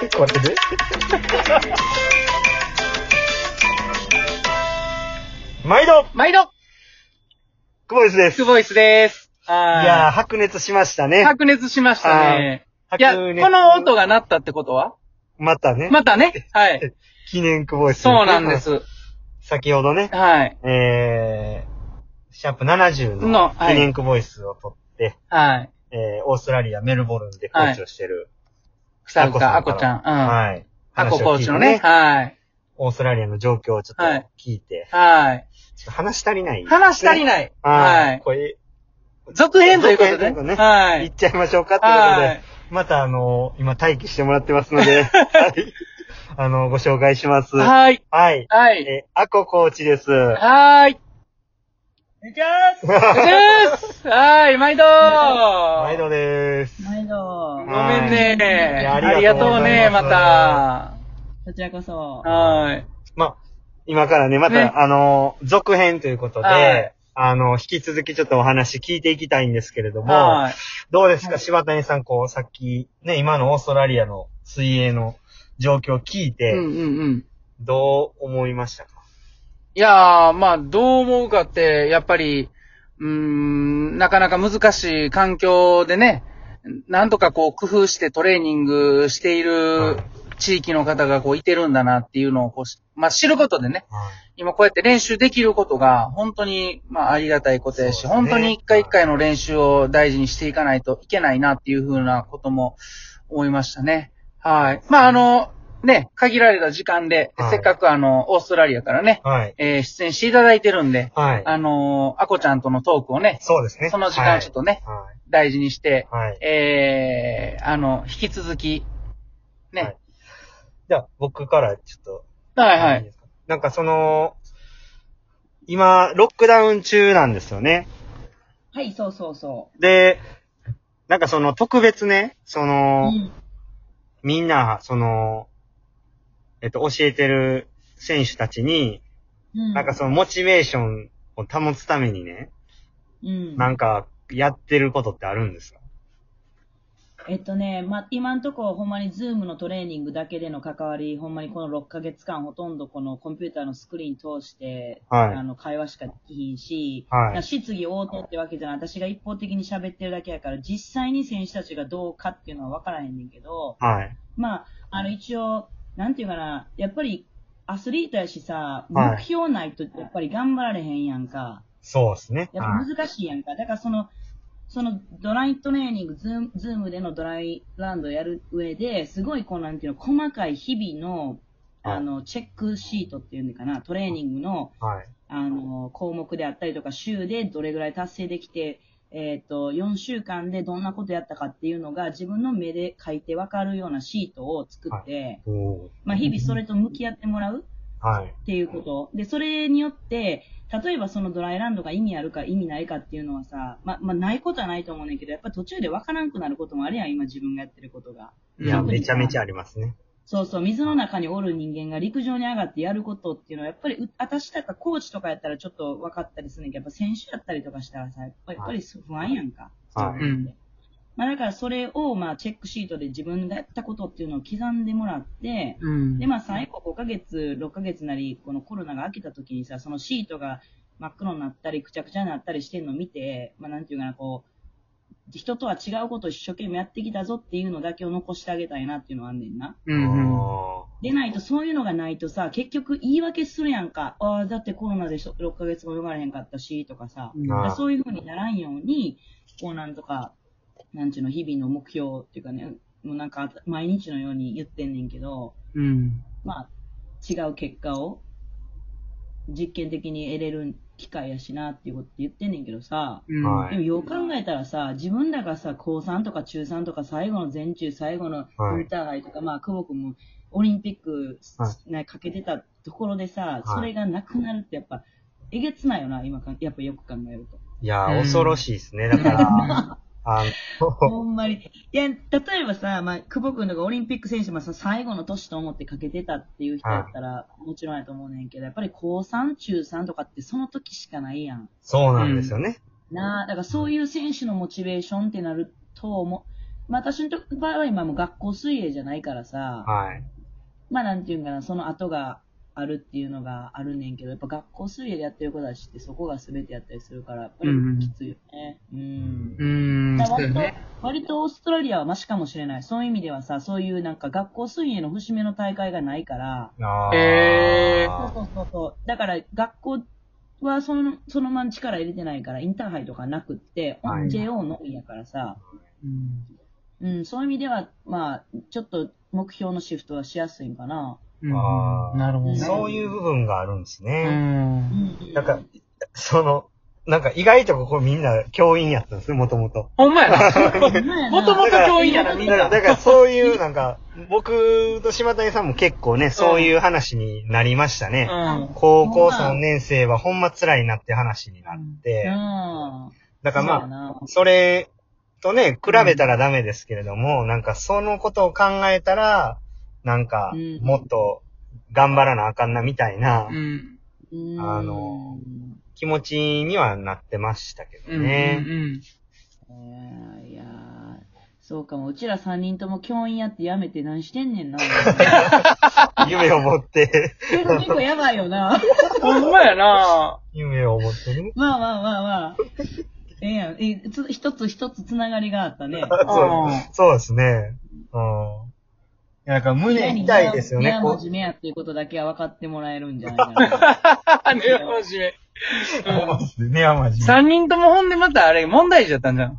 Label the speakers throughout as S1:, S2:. S1: 結構待ってね。毎度、
S2: 毎度、
S1: 久保イスです。
S2: ク
S1: い
S2: ボイスです。はい
S1: やー、白熱しましたね。
S2: 白熱しましたね。いや、
S1: 白熱
S2: この音が鳴ったってことは
S1: またね、
S2: またね。はい。
S1: 記念久保イス。
S2: そうなんで。す。
S1: 先ほどね、
S2: はい。
S1: えー、シャープ70
S2: の
S1: の
S2: はい
S1: 記念久保イスを取って、
S2: はい。
S1: えー、オーストラリア、メルボルンでコーチをしてる。
S2: 草深、
S1: あ
S2: あ
S1: こ
S2: こ
S1: ち
S2: ち
S1: ゃ
S2: ゃ
S1: ん
S2: ん。うん。
S1: はい。
S2: あこ
S1: 話
S2: コ
S1: を
S2: ー
S1: 聞い
S2: チ
S1: て
S2: のね。はい。
S1: オーストラリアの状況をちょっと聞いて、
S2: はい。
S1: ちょっと話し足りない。
S2: 話足り
S1: い。
S2: ない。
S1: は。
S2: はいい。
S1: これ、
S2: 続編ということ
S1: 続
S2: で
S1: 編ということで
S2: ね。
S1: ね
S2: は
S1: 行
S2: い
S1: っ。ちゃいましょうかということ
S2: は
S1: で
S2: い。。
S1: またあの、今待機してもらってますの で、はい。あの、ご紹介します。は
S2: はい。
S1: い。
S2: はい。
S1: え、アココーチです。
S2: はい。
S3: いきます
S2: ですはい、毎度
S1: 毎
S2: 毎
S1: 度でーす。
S3: 毎度
S2: ご。めんね
S1: いやあ
S2: あ
S1: り
S2: り
S1: が
S2: が
S1: とうご
S2: とう
S1: ざ
S2: ね、
S1: います
S2: また。
S3: こちらこそ。
S2: はい。
S1: まあ、今からね、また、
S2: ね
S1: あの、続編ということで、
S2: はい
S1: あの、引き続きちょっとお話聞いていきたいんですけれども、
S2: はい。
S1: どうですか、
S3: はい
S1: 柴谷さん、こう、さっき、ね、今のオーストラリアの水泳の状況を聞いて、
S2: うんうんうん。
S1: どう思いましたか
S2: いやー、まあ、どう思うかって、やっぱり、うーん、なかなか難しい環境でね、なんとかこう工夫してトレーニングしてい
S1: は
S2: る
S1: い
S2: 地域の方がこういてるんだなっていうのをこうし、まあ知ることでね、今こうやって練習できることが本当にまあありがたいことやし、
S1: そうですね
S2: 本当に一回一回の練習を大事にしていかないといけないなっていうふうなことも思いましたね。はい。まああの、ね、限られた時間で、
S1: はい
S2: せっかくあの、オーストラリアからね、
S1: はい。
S2: えー出演していただいてるんで、
S1: はい。
S2: あのー、アコちゃんとのトークをね、
S1: そうですね。
S2: その時間をちょっとね、
S1: はい。
S2: 大事にして、
S1: はい。
S2: えー、あの、引き続き、ね。
S1: じゃあ、僕からちょっと。
S2: はいはいい。
S1: ですか。なんかその、今、ロックダウン中なんですよね。
S3: はい、そうそうそ。
S1: で、なんかその特別ね、そう
S3: う
S1: の、
S3: ん。
S1: みんな、その、えっと、教えてる選手たちに、
S3: うん。
S1: なんかそのモチベーションを保つためにね、
S3: うん。
S1: なんかやってることってあるんですか
S3: えっとね、ま、今んとこほんまにズームのトレーニングだけでの関わり、ほんまにこの6ヶ月間ほとんどこのコンピューターのスクリーン通して、
S1: はい
S3: あの、会話しかできひんし、
S1: はい
S3: な質疑応答ってわけじゃない。私が一方的に喋ってるだけやから、実際に選手たちがどうかっていうのはわからへんねんけど、
S1: はい。
S3: まあ、あの、一応、なんていうかな、やっぱり、アスリートやしさ、
S1: はい
S3: 目標ないと、やっぱり頑張られへんやんか。
S1: そうですね。
S3: やっ
S1: はい
S3: ぱ難しいやんか。だから、その、そのドライトレーニング、ズーム、ズームでのドライランドやる上で、すごい、こう、なんていうの、細かい日々の、
S1: はい
S3: あの、チェックシートっていうのかな、トレーニングの、
S1: はい。
S3: あの、項目であったりとか、週でどれぐらい達成できて、えっ、と、4週間でどんなことやったかっていうのが、自分の目で書いてわかるようなシートを作って、
S1: おー
S3: まあ、日々それと向き合ってもらう
S1: はい。
S3: っていうこと。で、それによって、例えばそのドライランドが意味あるか意味ないかっていうのはさ、まあ、まあ、ないことはないと思うねんけど、やっぱ途中でわからんくなることもあるやん、今自分がやってることが。
S1: いや、
S2: うん
S1: めちゃめちゃありますね。
S3: そうそう、水の中におる人間が陸上に上がってやることっていうのは、やっぱりう、私とかコーチとかやったらちょっと分かったりするんだけど、やっぱ選手やったりとかしたらさ、やっぱりやっぱり不安やんか。
S1: はい
S3: そういうのってまあだからそれを、まあチェックシートで自分がやったことっていうのを刻んでもらって、
S2: うん
S3: で、まあ最後5ヶ月、6ヶ月なり、このコロナが明けた時にさ、そのシートが真っ黒になったり、くちゃくちゃになったりしてるのを見て、まあなんていうかな、こう、人とは違うことを一生懸命やってきたぞっていうのだけを残してあげたいなっていうのはあんねんな。
S2: うんうん。
S1: あ
S3: でないと、そういうのがないとさ、結局言い訳するやんか。ああ、だってコロナでしょ6ヶ月も読まれへんかったし、とかさ。
S1: ーあー
S3: そういう風にならんように、こうなんとか、なんちゅうの日々の目標っていうかね、もうなんか毎日のように言ってんねんけど、
S2: うん。
S3: まあ、違う結果を実験的に得れる機会やしなっていうこと言ってんねんけどさ、
S2: うん。
S1: はい
S3: でもよう考えたらさ、自分らがさ、高3とか中3とか最後の全中、最後の
S1: はい
S3: インターハイとか、まあ、久保君もオリンピック、
S1: は
S3: ね、かけてたところでさ
S1: い、
S3: それがなくなるってやっぱ、えげつないよな、今か、やっぱよく考えると。
S1: いや
S2: う
S1: ー、
S2: ん
S1: 恐ろしいですね。だ から、あの、
S3: ほんまに。いや、例えばさ、まあ、久保君とかオリンピック選手もさ、最後の年と思ってかけてたっていう人だったら、もちろんやと思うねんけど、やっぱり高3、中3とかってその時しかないやん。
S1: そうなんですよね。
S3: なあ、だからそういう選手のモチベーションってなると、もまあ私のと場合は今もう学校水泳じゃないからさ、
S1: はい。
S3: まあなんていうんかな、その後があるっていうのがあるねんけど、やっぱ学校水泳でやってる子たちってそこが全てやったりするから、やっぱり
S2: うんうん
S3: きついよね。うん。
S2: うーん、
S3: だか
S2: そう
S3: ら
S2: や
S3: 割と
S2: ね。
S3: 割とオーストラリアはマシかもしれない。そういう意味ではさ、そういうなんか学校水泳の節目の大会がないから、
S1: あー
S2: えー
S3: そうそうそうそう。だから学校はそのそのまま力入れてないから、インターハイとかなくって、
S1: はい
S3: JO のみやからさ、
S2: うん
S3: うん、そういう意味では、まあ、ちょっと目標のシフトはしやすいんかな。
S2: うん
S1: あー
S2: なるほどね。
S1: そういう部分があるんです
S2: う
S1: ね。
S2: ん。
S1: なんか、その、なんか意外とここみんな教員やったんですね、もともと。
S2: ほんまやな。も
S3: も
S2: ともと教員やな、みん
S1: だから、
S2: な。
S1: だからそういう、なんか、僕と島谷さんも結構ね、そういう話になりましたね。
S2: うん。
S1: 高校
S3: ほんま
S1: 3年生はほんま辛いなって話になって、
S3: うん。
S1: だからまあ、
S3: まあ、
S1: それとね、比べたらダメですけれども、なんかそのことを考えたら、なんか
S3: うん、
S1: もっと頑張らなあかんなみたいな
S2: うん。
S3: うん
S1: あの気持ちにはなってましたけ
S2: う
S1: ど
S2: ん。
S1: ね。
S2: うん
S3: えーいやーそうかも。うちら3人とも教員やってやめて何してんねんな。
S1: 夢を持って、
S3: 結構やばいよな。
S2: ほんまやな。
S1: 夢を持ってね。
S3: まあまあまあまあ。ええやん。えつ一つ一つつながりがあったね。
S1: そうそうですね。うん。いや、なんか胸痛いですよね。
S3: 親
S1: こ
S3: も
S1: う
S3: 真面目やっていうことだけは分かってもらえるんじゃないか な。
S2: あ、ね、面白い。
S1: ね、あまじ。
S2: 三人ともほんでまたあれ、問題児だったんじゃん。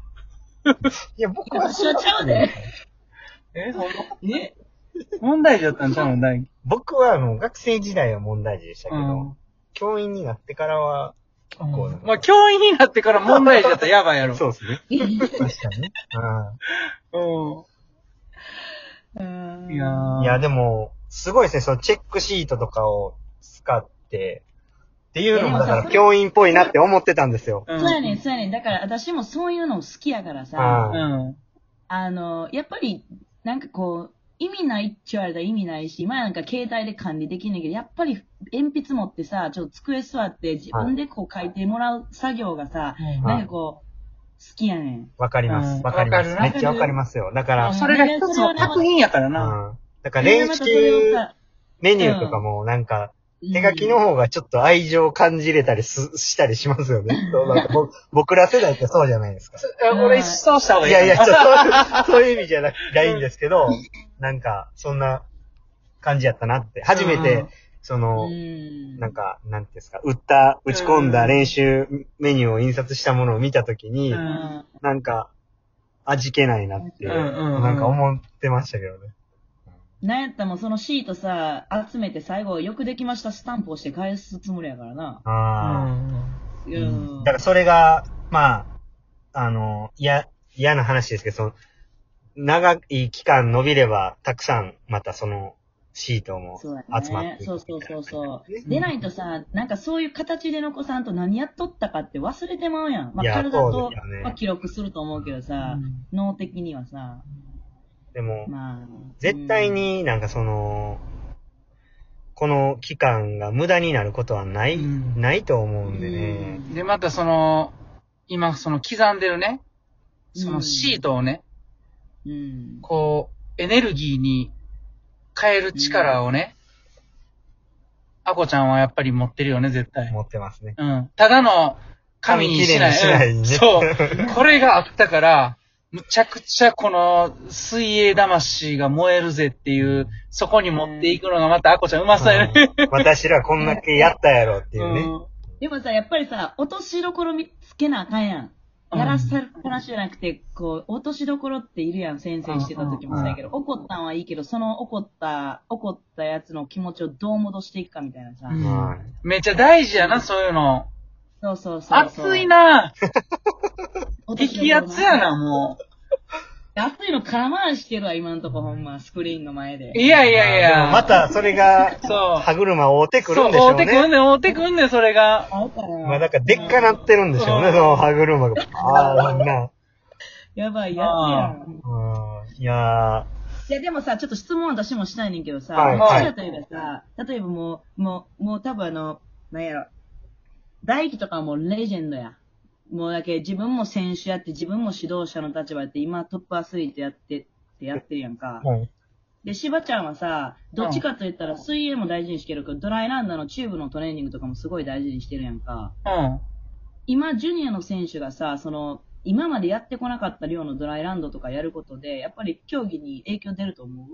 S1: いや、僕は
S3: 私はちゃうで。
S2: え、ほん
S3: ね。
S2: 問題児だったんちゃうの大
S1: 僕はもう学生時代は問題児でしたけど、
S2: うん
S1: 教員になってからは、こう、
S2: まあ、教員になってから問題児だったらやばいやろ。
S1: そうですね。確かにね。
S3: うん
S2: うん。いや
S1: うん。
S2: ー
S1: いや、でも、すごいですね、そのチェックシートとかを使って、っていうのも、だか
S3: いやで
S1: ら
S3: もさ
S1: 教員っぽいなって思ってたんですよ。
S2: う
S3: そうやねん、そうやねん。だから私もそういうの好きやから
S1: あ
S3: さ
S1: あ、
S2: うん。
S3: あの、やっぱり、なんかこう、意味ないって言われたら意味ないし、前なんか携帯で管理できんねんけど、やっぱり鉛筆持ってさ、ちょっと机座って自分でこう書いてもらう作業がさ、
S1: はい
S3: なんかこう、好きやねん。
S1: わかりま
S2: うん
S1: す。わかります
S2: わ。か
S1: め
S2: る
S1: っちゃわかりますよ。だか
S2: あ
S1: ら、
S2: それが一つの作品やからな。
S1: うんだから練
S3: それを
S1: 習
S3: さ
S1: メニューとかも、なんか、
S3: うん
S1: 手書きの方がちょっと愛情を感じれたりす、したりしますよね。そうなんか僕僕ら世代ってそうじゃないですか。
S3: うん
S2: 俺一掃した方がい
S1: い
S2: いか
S1: や
S2: な。
S1: いや、ちょっとそういう、そう いう意味じゃなくないんですけど、なんか、そんな感じやったなって。初め
S2: う
S1: て
S2: ん、
S1: そうの、
S3: ん。
S1: なんか、なんていうんですか、打った、打ち込ん
S2: う
S1: だ
S2: ん
S1: 練習メニューを印刷したものを見たときに
S2: う、
S3: うんん。
S1: なんか、味気ないなって、
S2: うんうんうん
S1: なんか思ってましたけどね。
S3: なんやったらもうそのシートさ、集めて最後、よくできましたスタンプ押して返すつもりやからな。
S1: あ
S3: う
S1: あ。うん
S3: ん。
S1: だからそれが、まあ、あの、いや、嫌な話ですけど、その、長い期間伸びれば、たくさん、またその、シートも
S3: そうだ
S1: 集まっ
S3: ね。
S1: ていく
S3: そ
S1: み
S3: う
S1: たい
S3: そう
S1: な
S3: そうそうう。でないとさ、なんかそういう形で残さんと何やっとったかって忘れてまうやん。まあ
S1: い、や
S3: 体
S1: そう
S3: と、
S1: ですよね
S3: まあ、記録すると思うけどさ、脳的にはさ、
S1: でも、
S3: まあ。
S1: 絶対になんかその、この期間が無駄になることはない、
S2: うん
S1: ないと思
S3: う
S1: うん
S3: ん、
S1: でね。
S2: で、またその、今その刻んでるね、そのシートをね、
S3: うん。
S2: こう、エネルギーに変える力をね、アコちゃんはやっぱり持ってるよね、絶対。
S1: 持ってますね。
S2: うん。ただの紙にしない。
S1: 紙きれいにしな
S2: うんそう。これがあったから、むちゃくちゃこの水泳魂が燃えるぜっていう、そこに持っていくのがまたアコちゃんうまそうやね。
S1: うん私らこんだけやったやろっていうね。
S3: でもさ、やっぱりさ、落としどころ見つけなあかんやん。
S2: うん
S3: やらせる話じゃなくて、こう、落としどころっているやん、先生してた時もそうやけど、怒ったんはいいけど、その怒った、怒ったやつの気持ちをどう戻していくかみたいなさ。
S2: うん
S1: はい
S2: めっちゃ大事やな、そういうの。
S3: そうそうそうそう。
S2: 熱いな
S3: 落としどころ
S2: 激
S3: な
S2: 熱やな、も
S3: 熱いの空回ししてるわ、今んとこほんま、スクリーンの前で
S2: う。。いやいやい
S1: で
S2: や。
S1: もま、たそれが、
S2: そう
S1: 歯車を追ってくる
S2: そう、
S1: んでしょ
S2: 追
S1: う
S2: うてくん
S1: ね。
S2: ねん、追うてくんねん、それが。
S3: 合うから。
S1: まあなんかでっかなってるんでしょうね、
S2: うん
S1: その歯車が。ああ、なんな。
S3: やばい、やつやん。
S1: うんいや
S3: いや、でもさ、ちょっと質問私もしたいねんけどさ、
S1: はい
S3: もう
S2: はい
S3: 例えばさ、例えばもう、もう、もう多分あの、なんやろ、大輝とかはもうレジェンドや。もうだけ自分も選手やって、自分も指導者の立場やって、今トップアスリートやってってやってるやんか。
S1: はい。
S3: で、しばちゃんはさ、どっちかと言ったら水泳も大事にしてるけど、ドライランダーのチューブのトレーニングとかもすごい大事にしてるやんか。
S2: うん。
S3: 今、ジュニアの選手がさ、その、今までやってこなかった量のドライランドとかやることで、やっぱり競技に影響出ると思う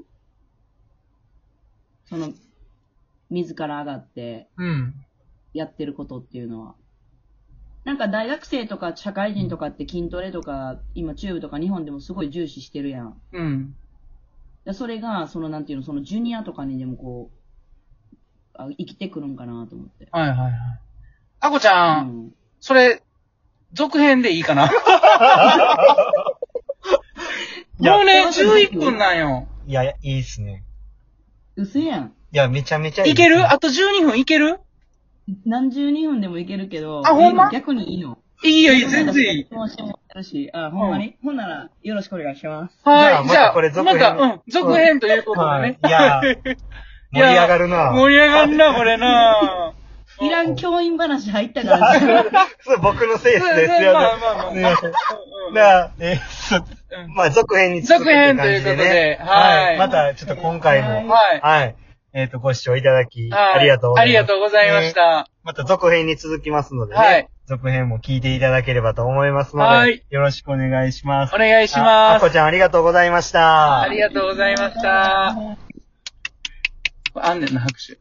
S3: その、自ら上がって
S2: うん。
S3: やってることっていうのは。なんか大学生とか社会人とかって筋トレとか、今チューブとか日本でもすごい重視してるやん。
S2: うん。
S3: でそれが、その、なんていうの、その、ジュニアとかにでもこう、あ生きてくるんかなと思って。
S2: はいはいはい。あこちゃん、
S3: うん
S2: それ、続編でいい かな
S1: いや
S2: もうね、11分なんよ。
S1: いや、いいっすね。
S3: 嘘やん。
S1: いや、めちゃめちゃいい。
S2: いけるあと12分いける
S3: 何十二分でもいけるけど、
S2: あほんま
S3: 逆にいいの。
S2: いいよ、いいよ全然いい。
S3: 質問してもらってるし、あ、ほんまに、ほんなら、よろしくお願いします。
S2: は
S1: じゃあ
S2: い、じ
S1: ま
S2: ゃ
S1: たこれ
S2: あ、
S1: 続
S2: ま
S1: 編
S2: た、うん、続編ということで
S1: は
S2: ね
S1: い。。いや、 盛り上がるな
S2: 盛り上がんな、これな。
S3: いらん教員話入ったから、
S1: そう、僕のせいですね。すいません。
S2: まあまあまあ
S1: すいません。
S2: うん
S1: じゃあ、えー、そ
S2: うん
S1: まあ、続編に
S2: 続編ということ
S1: 続
S2: で
S1: くって感じ
S2: はい
S1: また、ちょっと今回も、
S2: は
S1: はいい。。えっ、と、ご視聴いただき、
S2: はい
S1: ありがとうございます。
S2: ありがとうございまし
S1: ね
S2: た。
S1: また続編に続きますのでね、
S2: はい
S1: 続編も聞いていただければと思いますので、
S2: はい
S1: よろしくお願いします。
S2: お願いし
S1: あ
S2: ま
S1: あこ
S2: す。
S1: ちゃんありがとうございました。
S2: ありがとうございました。あんねんな、拍手。